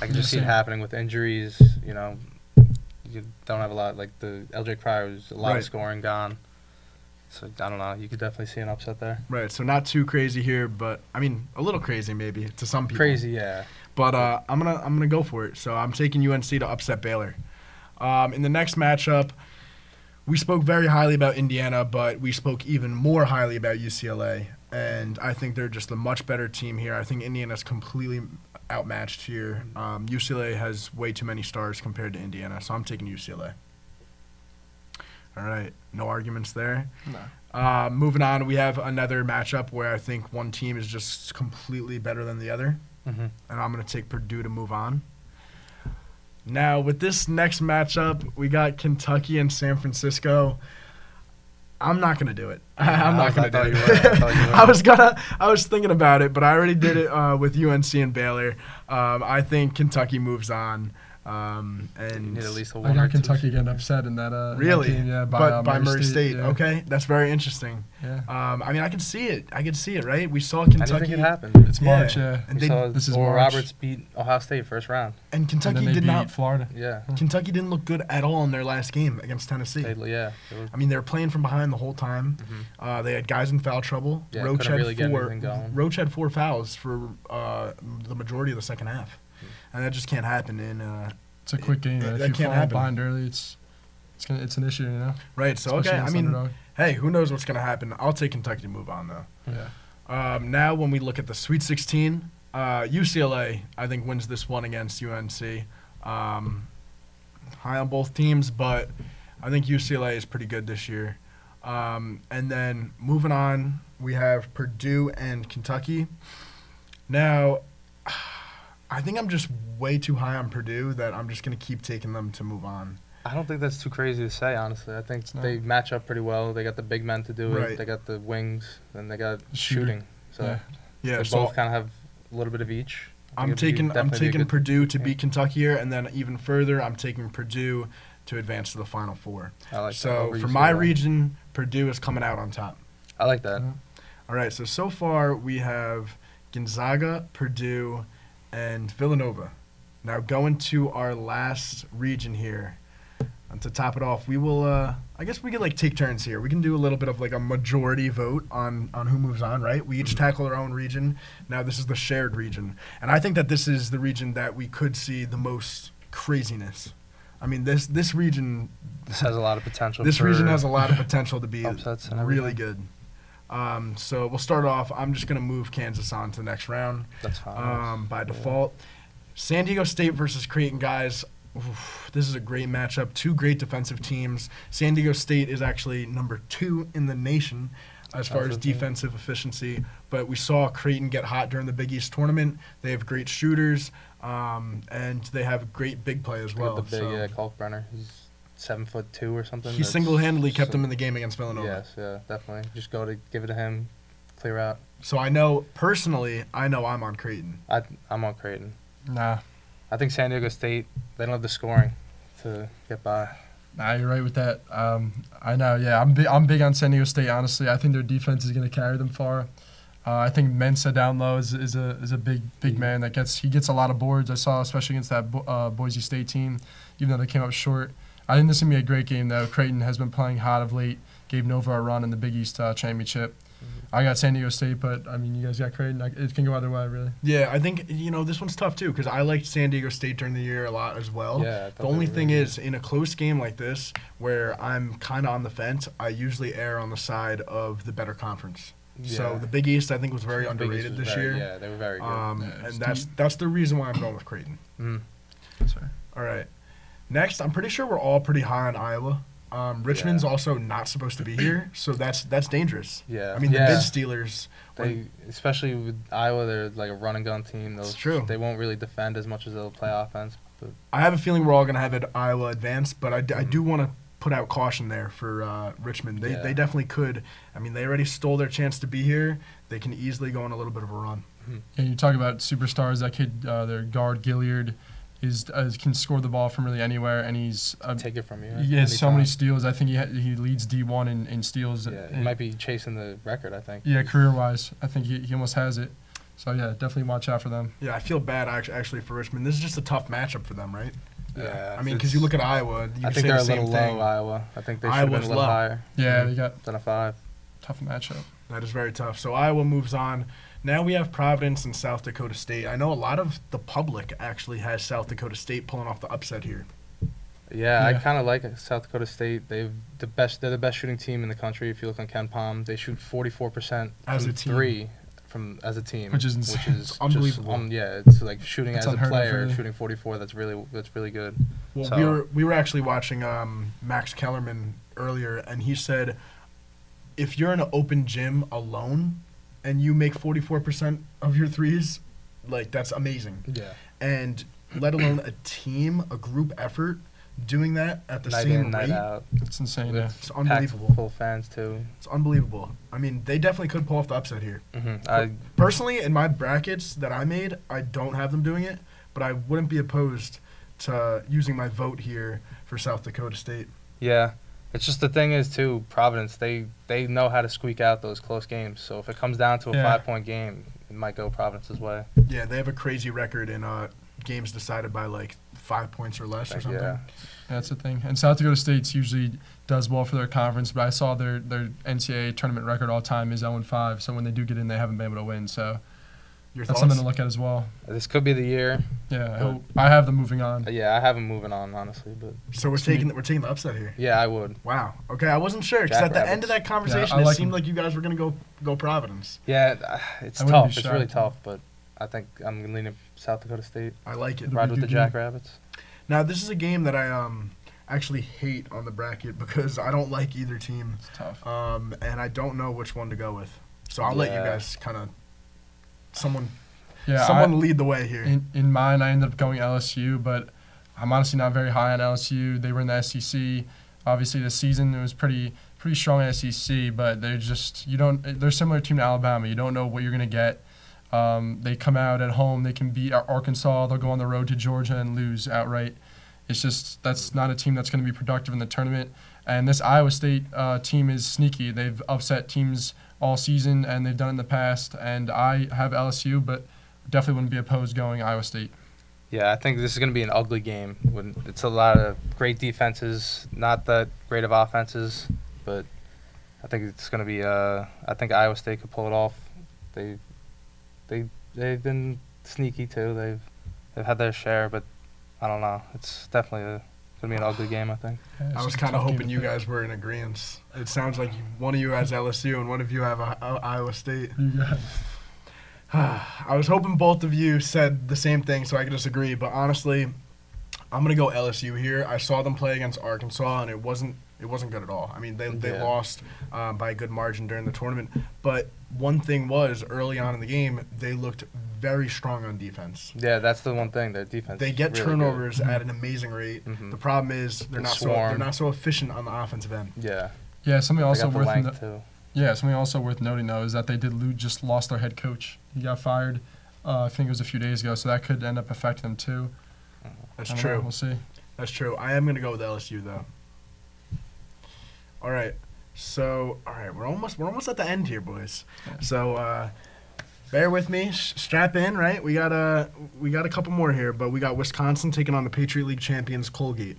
I can
Yeah,
just see it
same.
happening with injuries. You know, you don't have a lot like the LJ Cryer was a lot
Right.
of scoring gone. So I don't know. You could definitely see an upset there.
Right. So not too crazy here, but I mean a little crazy maybe to some people.
Crazy, yeah.
But uh, I'm gonna I'm gonna go for it. So I'm taking UNC to upset Baylor. Um, in the next matchup, we spoke very highly about Indiana, but we spoke even more highly about UCLA. And I think they're just a much better team here. I think Indiana's completely outmatched here. Um, UCLA has way too many stars compared to Indiana, so I'm taking UCLA. All right, no arguments there.
No.
Uh, moving on, we have another matchup where I think one team is just completely better than the other
Mm-hmm.
and I'm going to take Purdue to move on. Now, with this next matchup, we got Kentucky and San Francisco. I'm not going to do it. I'm
I
not going to
thought
do
you
it.
were. I thought you were.
I was gonna. I was thinking about it, but I already did it uh, with UNC and Baylor. Um, I think Kentucky moves on, um,
You
and
need at least a
I
one or
got
two.
Kentucky getting upset in that. Uh, in that
really,
game, yeah, by,
but
uh,
by Murray State.
yeah.
Okay, that's very interesting.
Yeah.
Um, I mean, I can see it. I can see it. Right? We saw
I didn't
Kentucky.
think it happened.
It's March, uh,
Yeah.
yeah.
And
we
they-
saw
this is
Oral
March.
Roberts beat Ohio State first round.
And
And
Kentucky
then they
did
beat
not.
Florida.
Yeah.
Mm-hmm. Kentucky didn't look good at all in their last game against Tennessee.
They, yeah. They were,
I mean, they were playing from behind the whole time.
Mhm.
Uh, they had guys in foul trouble.
Yeah,
Roach
couldn't
had
really get
four.
anything going.
Roach had four fouls for uh, the majority of the second half,
Mm-hmm.
and that just can't happen. In uh,
It's a quick game.
That
If
can't
you fall
happen.
behind early, it's it's, gonna, it's an issue, you know.
right, so okay. I
against
mean,
underdog.
hey, who knows what's gonna happen? I'll take Kentucky to move on though.
yeah.
Um, now, when we look at the Sweet 16, uh, UCLA, I think, wins this one against UNC. Um, high on both teams, but I think UCLA is pretty good this year. Um, and then moving on, we have Purdue and Kentucky. Now, I think I'm just way too high on Purdue that I'm just going to keep taking them to move on.
I don't think that's too crazy to say, honestly. I think
not.
they match up pretty well. They got the big men to do
Right.
it. They got the wings, and they got
Shooter.
shooting. So
Yeah.
Yeah,
they
so
both kind of have a little bit of each. I think
I'm
it'd be
taking I'm
definitely be a
taking
good-
Purdue to
yeah.
beat Kentucky here, and then even further, I'm taking Purdue to advance to the Final Four.
I like that.
so
Over
for
UCLA.
my region, uh, Purdue is coming out on top.
I like that.
All right, so so far we have Gonzaga, Purdue, and Villanova. Now going to our last region here. And to top it off, we will. Uh, I guess we could like take turns here. We can do a little bit of like a majority vote on on who moves on, right? We each tackle our own region. Now this is the shared region, and I think that this is the region that we could see the most craziness. I mean, this this region
This has a lot of potential.
this region
for-
has a lot of potential to be
Upsets and
really good. Um, so we'll start off. I'm just going to move Kansas on to the next round
That's fine.
um, by default. San Diego State versus Creighton, guys. Oof, this is a great matchup. Two great defensive teams. San Diego State is actually number two in the nation as far as
Defensively.
defensive efficiency, but we saw Creighton get hot during the Big East tournament. They have great shooters, um, and they have great big play as
Look at
well.
the big
so-
uh, Kalkbrenner. He's seven foot two or something.
he
That's-
single-handedly kept
so-
them in the game against Villanova.
Yes, yeah, definitely. Just go to give it to him, clear out.
So I know personally, I know I'm on Creighton.
I I'm on Creighton.
Nah,
I think San Diego State. They don't have the scoring to get by.
nah, you're right with that. Um, I know. Yeah, I'm big. I'm big on San Diego State. Honestly, I think their defense is going to carry them far. Uh, I think Mensa down low is, is a is a big big man that gets he gets a lot of boards. I saw especially against that Bo- uh, Boise State team, even though they came up short. I think this is gonna be a great game though. Creighton has been playing hot of late. Gave Nova a run in the Big East uh, championship. I got San Diego State, but I mean you guys got Creighton. I, it can go either way really.
Yeah, I think you know this one's tough too because I liked San Diego State during the year a lot as well.
Yeah, I thought
Oh, the only
they were
thing
really
is, in a close game like this where I'm kind of on the fence, I usually err on the side of the better conference. So
Yeah.
the Big East I think was very
Biggest
underrated
was
this year.
very- Yeah, they were very good.
Um,
Mm-hmm.
Yeah,
and
it's
that's that's the reason why I'm going with Creighton.
Sorry.
All right. Next, I'm pretty sure we're all pretty high on Iowa. Um, Richmond's also not supposed to be here, so that's that's dangerous.
yeah,
I mean,
yeah.
the mid Steelers.
They, especially with Iowa, they're like a run and gun team. They'll,
It's true.
They won't really defend as much as they'll play offense. But
I have a feeling we're all going to have it Iowa advance, but I, d- I do want to put out caution there for uh, Richmond. They,
Mm-hmm. Yeah.
they definitely could. I mean, they already stole their chance to be here. They can easily go on a little bit of a run.
And you talk about superstars. That kid, uh, their guard Gilliard, is uh, can score the ball from really anywhere, and he's
Um,
uh,
take it from you.
he has so many
anytime.
steals. I think he ha- he leads D one in, in steals.
Yeah, he might be chasing the record. I think.
Yeah, career wise, I think he, he almost has it. So yeah, definitely watch out for them.
Yeah, I feel bad act- actually for Richmond. This is just a tough matchup for them, right?
Yeah,
I mean, because you look at Iowa, you
I
can
think
say
they're
the
a
same
little
thing.
low. uh, Iowa. I think they should have been a
Iowa's
little
low.
higher
Yeah, they got
than a five.
tough matchup.
That is very tough. So Iowa moves on. Now we have Providence and South Dakota State. I know a lot of the public actually has South Dakota State pulling off the upset here.
Yeah, I
Yeah.
kind of like it. South Dakota State. They've the best. They're the best shooting team in the country. If you look on Ken Palm, they shoot forty four percent
As a team.
three from as a team,
Which is insane.
which is
unbelievable.
Just, um, yeah, it's like shooting
That's
as a
unheard of,
player,
really.
shooting forty four. That's really that's really good.
Well, we
So-
were we were actually watching um, Max Kellerman earlier, and he said, if you're in an open gym alone, and you make 44% of your threes, like that's amazing.
Yeah,
And let alone a team, a group effort, doing that at the
night
same
in, night
rate,
out.
It's insane. Yeah.
With
it's
packed
unbelievable.
Full fans too.
It's unbelievable. I mean, they definitely could pull off the upset here.
hmm I
Personally, in my brackets that I made, I don't have them doing it, but I wouldn't be opposed to using my vote here for South Dakota State.
Yeah, it's just the thing is too. Providence, they they know how to squeak out those close games. So if it comes down to a
Yeah.
five point game, it might go Providence's way.
Yeah, they have a crazy record in uh, games decided by like five points or less or
Like,
something.
yeah.
That's the thing. And South Dakota State's usually does well for their conference, but I saw their their NCAA tournament record all time is 0 and 5. So when they do get in, they haven't been able to win. So
Your
that's
thoughts?
something to look at as well.
This could be the year.
Yeah, I,
Good.
hope, I have them moving on.
Uh, Yeah, I have him moving on honestly, but
so we're
Excuse me.
taking we're taking the upset here.
yeah, I would.
Wow. Okay, I wasn't sure because at the end of that conversation,
I
it
like
seemed
him.
like you guys were gonna go go Providence.
Yeah, uh, it's
I wouldn't be
tough. It's
shocked.
really tough, but I think I'm leaning South Dakota State.
I like it.
It'll
Ride
be
with the
good game.
Jackrabbits.
Now this is a game that I um actually hate on the bracket because I don't like either team,
It's tough.
um, and I don't know which one to go with. So I'll let you
Yeah.
guys kind of someone
Yeah, I-
someone lead the way here.
In, in mine, I ended up going LSU, but I'm honestly not very high on LSU. They were in the SEC. Obviously, this season it was pretty pretty strong in SEC, but they're just you don't. They're a similar team to Alabama. You don't know what you're gonna get. Um, they come out at home. They can beat Ar- Arkansas. They'll go on the road to Georgia and lose outright. It's just that's not a team that's going to be productive in the tournament. And this Iowa State uh, team is sneaky. They've upset teams all season, and they've done it in the past. And I have LSU, but definitely wouldn't be opposed going Iowa State.
Yeah, I think this is going to be an ugly game. When it's a lot of great defenses, not that great of offenses, but I think it's going to be. Uh, I think Iowa State could pull it off. They, they, they've been sneaky too. They've, they've had their share, but I don't know. It's definitely a, going to be an ugly game. I think.
I was kind of hoping you guys were in agreement. It sounds like you- one of you has LSU and one of you have I- I- Iowa State.
You got it.
I was hoping both of you said the same thing so I could disagree, but honestly, I'm gonna go LSU here. I saw them play against Arkansas and it wasn't it wasn't good at all. I mean, they they
Yeah.
lost um, by a good margin during the tournament, but one thing was early on in the game they looked very strong on defense.
Yeah, that's the one thing. Their defense.
They
is
get
really good.
turnovers at an amazing rate.
Mhm.
The problem is they're
They
not so they're
swarm.
not so efficient on the offensive end.
Yeah.
Yeah, something
Also they got the
also worth
length
no-
too.
yeah something also worth noting though is that they did lo- just lost their head coach. He got fired. Uh, I think it was a few days ago, so that could end up affecting them too.
That's
I don't
true.
Know, we'll see.
That's true. I am gonna go with LSU though. All right. So all right, we're almost we're almost at the end here, boys. So uh, bear with me. S- strap in, right? We got a we got a couple more here, but we got Wisconsin taking on the Patriot League champions Colgate.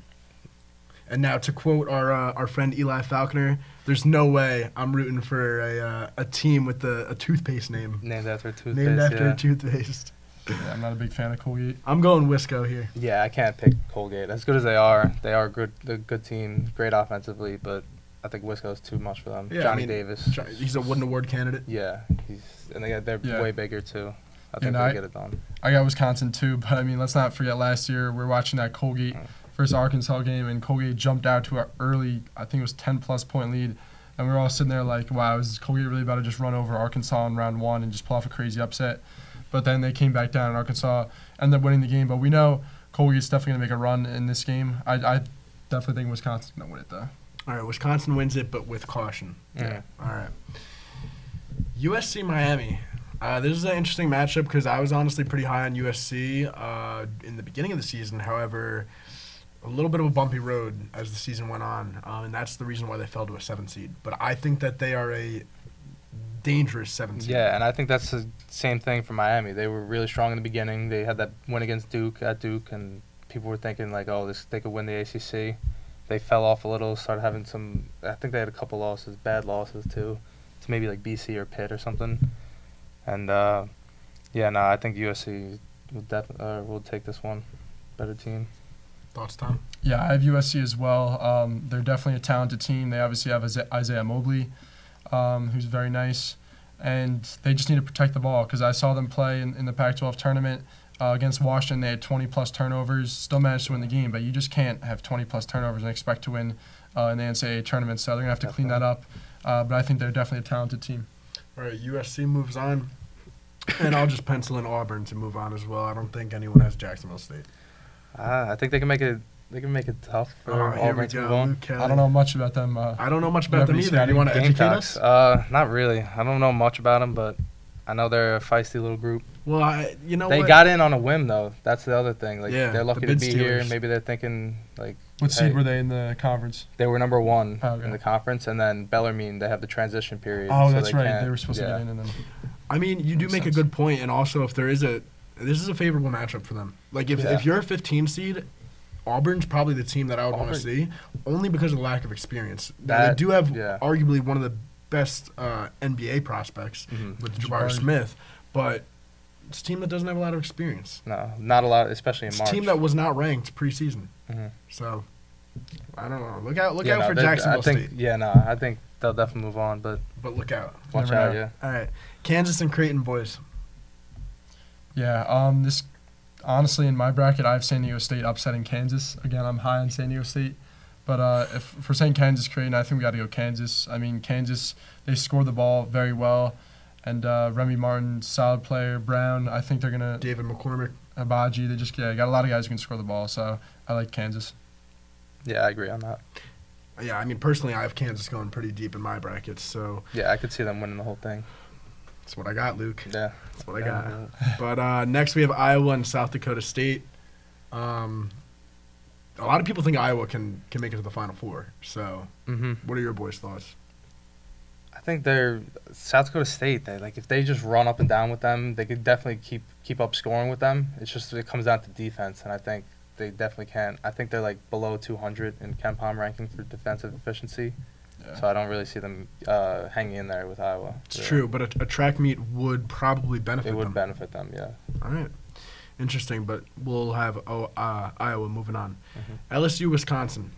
And now to quote our uh, our friend Eli Falconer, there's no way I'm rooting for a uh, a team with a, a toothpaste name
Named after a toothpaste.
named after
yeah.
a toothpaste.
Yeah, I'm not a big fan of Colgate.
I'm going Wisco here.
Yeah, I can't pick Colgate. As good as they are, they are a good, a good team, great offensively, but I think Wisco's too much for them.
Yeah, I
Johnny
mean,
Davis.
Try- He's a Wooden Award candidate.
yeah, he's and they got, they're
Yeah.
way bigger too. I
And
think
I-
they'll get it done.
I got Wisconsin too, but I mean, let's not forget last year we are watching that Colgate versus Arkansas game, and Colgate jumped out to an early, I think it was 10 plus point lead, and we were all sitting there like, wow, is Colgate really about to just run over Arkansas in round one and just pull off a crazy upset? But then they came back down, and Arkansas ended up winning the game. But we know Colgate's definitely gonna make a run in this game. I, I definitely think Wisconsin's gonna win it though.
All right, Wisconsin wins it, but with caution.
Yeah.
All right. USC Miami. Uh, this is an interesting matchup because I was honestly pretty high on USC uh, in the beginning of the season. However, a little bit of a bumpy road as the season went on, um, and that's the reason why they fell to a seven seed. But I think that they are a dangerous seven seed.
Yeah, and I think that's the same thing for Miami. They were really strong in the beginning. They had that win against Duke at Duke, and people were thinking like, oh, this they could win the ACC. They fell off a little, started having some. I think they had a couple losses, bad losses too, to maybe like BC or Pitt or something. And uh, yeah, no, I think USC will def- uh, will take this one. Better team.
Thoughts, Tom?
Yeah, I have USC as well. Um, they're definitely a talented team. They obviously have Isa- Isaiah Mobley, um, who's very nice, and they just need to protect the ball because I saw them play in, in the Pac-12 tournament uh, against Washington. They had 20 plus turnovers, still managed to win the game, but you just can't have 20 plus turnovers and expect to win uh, in the NCAA tournament. So they're gonna have to clean that up. Uh, but I think they're definitely a talented team.
All right, USC moves on, and I'll just pencil in Auburn to move on as well. I don't think anyone has Jacksonville State.
Uh, I think they can make it. They can make it tough for
All right, here we
Auburn to move
go.
on.
Luke Kelly.
I don't know much about them. Uh,
I don't know much about them
Nobody's
either. You
got
want to
any
educate us?
Gamecocks? Uh, not really. I don't know much about them, but I know they're a feisty little group.
Well, I, you know
They
what?
got in on a whim, though. That's the other thing. Like
Yeah,
they're lucky
the
to
bid
be here.
stealers.
Maybe they're thinking like
what
hey,
seed were they in the conference?
they were number one
Oh, okay.
in the conference, and then Bellarmine they have the transition period.
Oh,
so
that's
they
right.
can't-
They were supposed
yeah.
to get in, and then
I mean, you do
Makes
make
sense.
a good point, and also if there is a, this is a favorable matchup for them. Like if,
Yeah.
if you're a 15 seed, Auburn's probably the team that I would want to
Auburn-
see, only because of the lack of experience. Now,
That-
they do have
yeah.
arguably one of the best uh, NBA prospects
Mhm.
with Jabari,
Jabari.
Smith, but it's a team that doesn't have a lot of experience.
No, not a lot, especially in
It's a
March.
team that was not ranked preseason,
Mhm.
so I don't know. Look out! Look
Yeah,
out
no,
for
they're-
Jacksonville
I think,
State,
Yeah, no, I think they'll definitely move on, but
but look out.
watch
Never
out.
know.
Yeah,
All right, Kansas and Creighton boys.
Yeah, um, this honestly in my bracket, I have San Diego State upsetting Kansas. Again, I'm high on San Diego State, but uh, if for saying Kansas Creighton, I think we got to go Kansas. I mean, Kansas they scored the ball very well, and uh, Remy Martin, solid player. Brown, I think they're gonna
David McCormick.
Abaji. They just yeah, got a lot of guys who can score the ball. So I like Kansas.
yeah, I agree on that.
Yeah, I mean personally, I have Kansas going pretty deep in my brackets, so
Yeah, I could see them winning the whole thing.
that's what I got, Luke.
Yeah,
That's what I got. But uh, next we have Iowa and South Dakota State. Um, a lot of people think Iowa can can make it to the Final Four. So,
Mm-hmm.
what are your boys' thoughts?
I think they're South Dakota State. They like if they just run up and down with them, they could definitely keep keep up scoring with them. It's just it comes down to defense, and I think they definitely can. I think they're like below 200 in Ken Palm ranking for defensive efficiency,
Yeah.
so I don't really see them uh, hanging in there with Iowa.
It's
really.
true, but a, a track meet would probably benefit
It would
them.
benefit them, yeah.
All right. Interesting, but we'll have oh, uh, Iowa moving on. LSU, Wisconsin.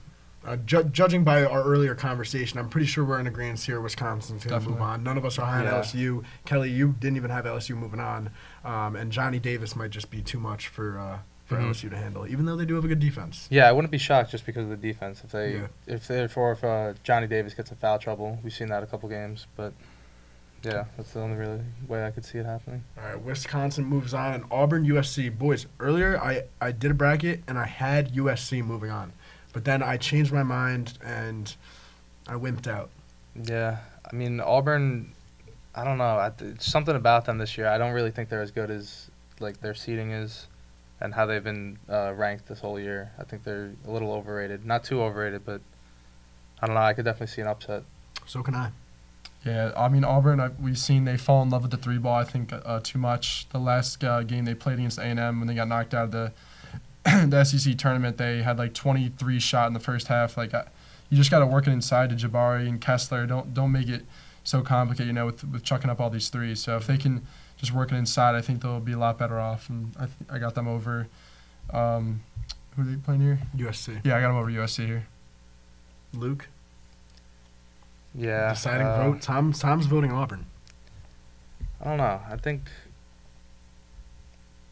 Uh, ju- judging by our earlier conversation, I'm pretty sure we're in agreement here. Wisconsin's going to move
Definitely.
on. None of us are high
Yeah.
on LSU. Kelly, you didn't even have LSU moving on, um, and Johnny Davis might just be too much for uh, for
Mhm.
LSU to handle, even though they do have a good defense.
Yeah, I wouldn't be shocked just because of the defense. If they,
Yeah.
if they, or if uh, Johnny Davis gets in foul trouble, we've seen that a couple games. But yeah, that's the only really way I could see it happening.
All right, Wisconsin moves on, and Auburn, USC. Boys, earlier I, I did a bracket and I had USC moving on, but then I changed my mind and I wimped out.
Yeah, I mean Auburn. I don't know. I, it's something about them this year. I don't really think they're as good as like their seating is, and how they've been uh, ranked this whole year. I think they're a little overrated. Not too overrated, but I don't know. I could definitely see an upset.
So can I.
Yeah, I mean Auburn. I, we've seen they fall in love with the three ball. I think uh, too much. The last uh, game they played against A and M when they got knocked out of the the SEC tournament, they had like 23 shot in the first half. Like I, you just got to work it inside to Jabari and Kessler. Don't don't make it so complicated. You know, with with chucking up all these threes. So if they can just work it inside, I think they'll be a lot better off. And I th- I got them over. Um, who are they playing here?
USC.
Yeah, I got them over USC here.
Luke,
Yeah.
deciding
uh,
vote. Tom, Tom's voting Auburn.
I don't know. I think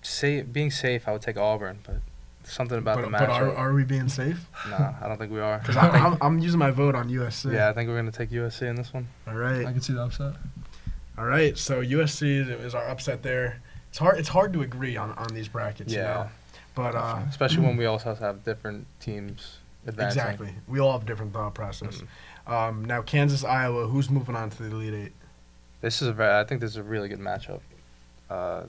safe, being safe, I would take Auburn, but something about
But,
the
but are,
matchup.
are we being safe?
nah, I don't think we are.
Because I'm, I'm using my vote on USC.
yeah, I think we're gonna take USC in this one.
All
I
right.
can see the upset.
All right. So USC is- is our upset there. It's hard. It's hard to agree on, on these brackets. You
Yeah.
know? But uh,
Especially when we also have different teams advancing.
exactly, we all have different thought process.
Mm-hmm.
Um, now Kansas, Iowa. Who's moving on to the Elite Eight?
This is a very. I think this is a really good matchup. Uh,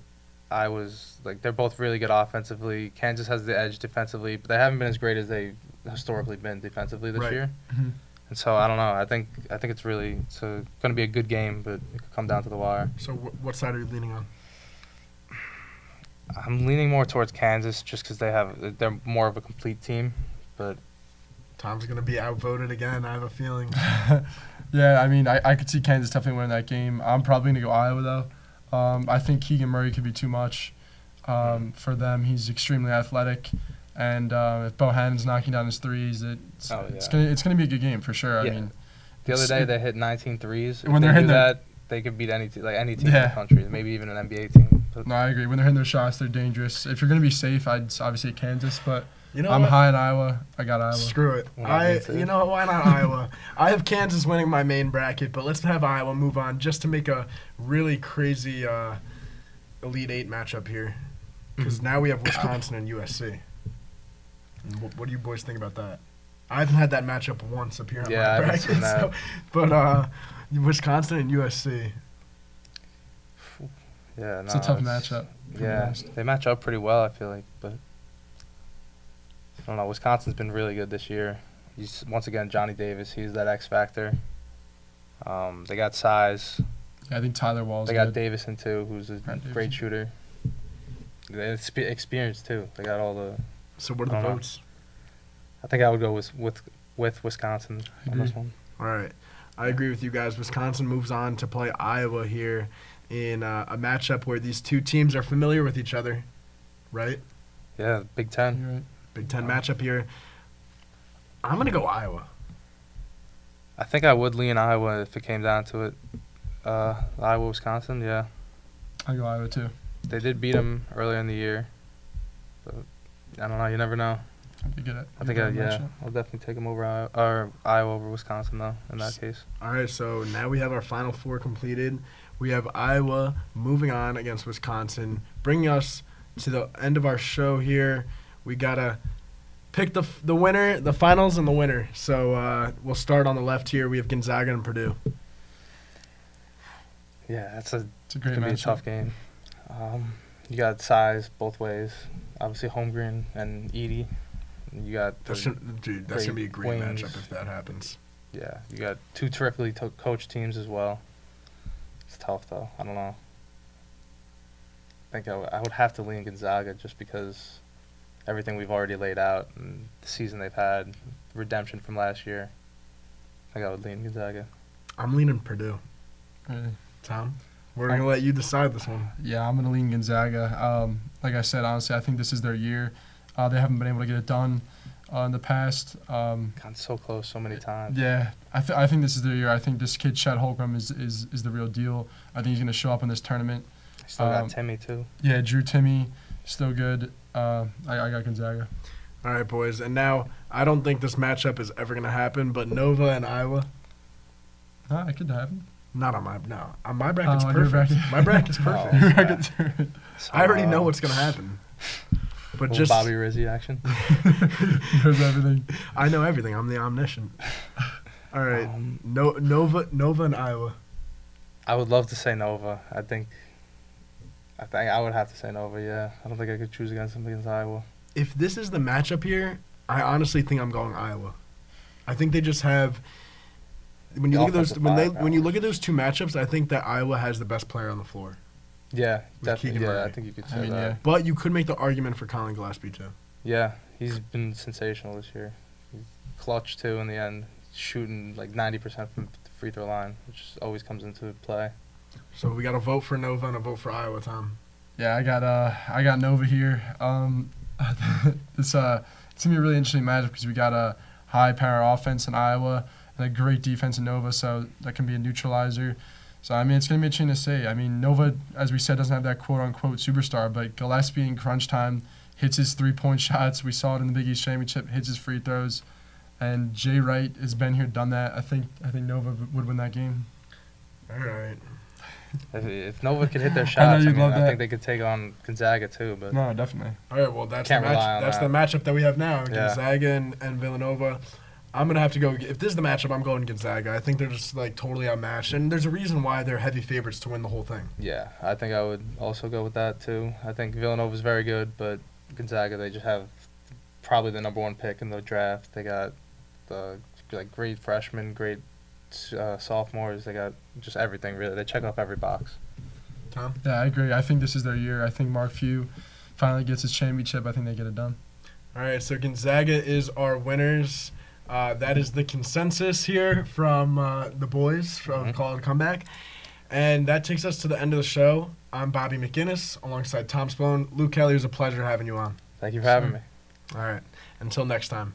I was like, they're both really good offensively. Kansas has the edge defensively, but they haven't been as great as they've historically been defensively this
Right.
year.
Mhm.
And so I don't know. I think I think it's really it's going to be a good game, but it could come down to the wire.
So wh- what side are you leaning on?
I'm leaning more towards Kansas just because they have they're more of a complete team. But
Tom's gonna be outvoted again. I have a feeling.
Yeah, I mean, I, I could see Kansas definitely winning that game. I'm probably going to go Iowa, though. Um, I think Keegan Murray could be too much um, for them. He's extremely athletic. And uh, if Bohannon's knocking down his threes, it's,
Oh,
it's
yeah.
going to it's gonna be a good game for sure.
Yeah.
I mean,
the other
S-
day they hit 19 threes. If
When
they
they're
do
hitting their-
that, they could beat any te- like any team in
Yeah.
the country, maybe even an NBA team. But
no, I agree. When they're hitting their shots, they're dangerous. If you're going to be safe, I'd s- obviously Kansas, but
You know
I'm
what?
high in Iowa. I got Iowa.
Screw it.
Why not
I,
Kansas?
you know, why not Iowa? I have Kansas winning my main bracket, but let's have Iowa move on just to make a really crazy uh, Elite Eight matchup here. Because now we have Wisconsin and USC. And wh- what do you boys think about that? I haven't had that matchup once up here on
Yeah, I
my
haven't
bracket.
seen that.
so- but uh, Wisconsin and USC.
yeah,
It's
no,
a tough matchup. to be
Yeah,
honest.
they match up pretty well. I feel like, but I don't know. Wisconsin's been really good this year. He's once again Johnny Davis. He's that X factor. Um, they got size.
Yeah, I think Tyler Wall's
They got
good.
Davison too, who's a
Brad
great
Davison.
shooter. They expe- experience too. They got all the.
So what are the
I don't know.
votes?
I think I would go with with with Wisconsin on this one.
All right. I agree with you guys. Wisconsin moves on to play Iowa here in uh, a matchup where these two teams are familiar with each other, right?
Yeah, Big Ten.
You're right.
Big Ten matchup here. I'm gonna go Iowa.
I think I would lean Iowa if it came down to it. Uh, Iowa, Wisconsin. Yeah,
I go Iowa, too.
they did beat them earlier in the year. But I don't know. You never know.
I'd be good at
I think I,
good
yeah,
at matchup.
I'll definitely take them over Iowa, or Iowa over Wisconsin though. In that case,
All right, so now we have our final four completed. We have Iowa moving on against Wisconsin, bringing us to the end of our show here. We gotta pick the f- the winner, the finals, and the winner. So uh, we'll start on the left here. We have Gonzaga and Purdue.
yeah, that's a
It's a
it's
great
gonna be a
matchup.
tough game. Um, you got size both ways. Obviously, Holmgren and Edie. You got the-
That's gonna, dude, that's gonna be a great
Great
matchup
wings.
if that happens.
yeah, you got two terrifically to coached teams as well. It's tough though. I don't know. I think I w- I would have to lean Gonzaga just because everything we've already laid out and the season they've had, redemption from last year. I think I would lean Gonzaga.
I'm leaning Purdue.
Really.
Tom, we're gonna let you decide this one.
Yeah, I'm going to lean Gonzaga. Um, like I said, honestly, I think this is their year. Uh, they haven't been able to get it done uh, in the past. Um,
Gotten so close so many times.
yeah, I, th- I think this is their year. I think this kid, Chet Holgram, is, is, is the real deal. I think he's going to show up in this tournament.
Still
Um,
got Timmy too.
Yeah, Drew Timmy, still good. Uh, I, I got Gonzaga.
All right, boys. And now I don't think this matchup is ever gonna happen, but Nova and Iowa.
Ah, it could happen.
Not on my no. On my bracket's
Oh, on your
perfect.
bracket.
My bracket's
Oh.
perfect.
You're
yeah.
right, you're right.
I already know
Um,
what's gonna happen. But
little
just
Bobby Rizzi action.
Knows everything.
I know everything. I'm the omniscient. All right.
Um,
No, Nova, Nova and Iowa.
I would love to say Nova. I think. I think I would have to say Nova. Yeah, I don't think I could choose against him against Iowa.
If this is the matchup here, I honestly think I'm going Iowa. I think they just have. When you
The
look at those,
offensive
when they,
line,
when you
Iowa.
look at those two matchups, I think that Iowa has the best player on the floor.
Yeah, definitely.
Keegan
Yeah, I
Murray.
think you could
I
say
mean,
that.
But you could make the argument for Colin Gillespie too.
Yeah. he's been sensational this year. He's clutch too in the end, shooting like ninety percent from the free throw line, which always comes into play.
So we got a vote for Nova and a vote for Iowa. Tom,
Yeah, I got uh, I got Nova here. Um, this uh, it's gonna be a really interesting matchup because we got a high power offense in Iowa and a great defense in Nova, so that can be a neutralizer. So I mean, it's gonna be interesting to see. I mean, Nova, as we said, doesn't have that quote unquote superstar, but Gillespie in crunch time hits his three point shots. We saw it in the Big East championship. Hits his free throws, and Jay Wright has been here, done that. I think I think Nova w- would win that game.
all right.
If, if Nova could hit their
know
shots, I,
you'd
mean,
love
I
that.
think they could take on Gonzaga too. But
No, definitely.
All right, well that's
Can't
the
rely
match,
on
that's
that.
the matchup that we have now.
Yeah.
Gonzaga and, and Villanova. I'm gonna have to go. If this is the matchup, I'm going Gonzaga. I think they're just like totally outmatched, and there's a reason why they're heavy favorites to win the whole thing.
yeah, I think I would also go with that too. I think Villanova's very good, but Gonzaga they just have probably the number one pick in the draft. They got the like great freshmen, great uh, sophomores. They got just everything really. They check off every box.
Tom,
Yeah, I agree. I think this is their year. I think Mark Few finally gets his championship. I think they get it done.
All right, so Gonzaga is our winners. Uh, that is the consensus here from uh, the boys from
Mhm.
Call It a Comeback. And that takes us to the end of the show. I'm Bobby McGinnis alongside Tom Spohn. Luke Kelly, it was a pleasure having you on.
Thank you for having me.
All right, until next time.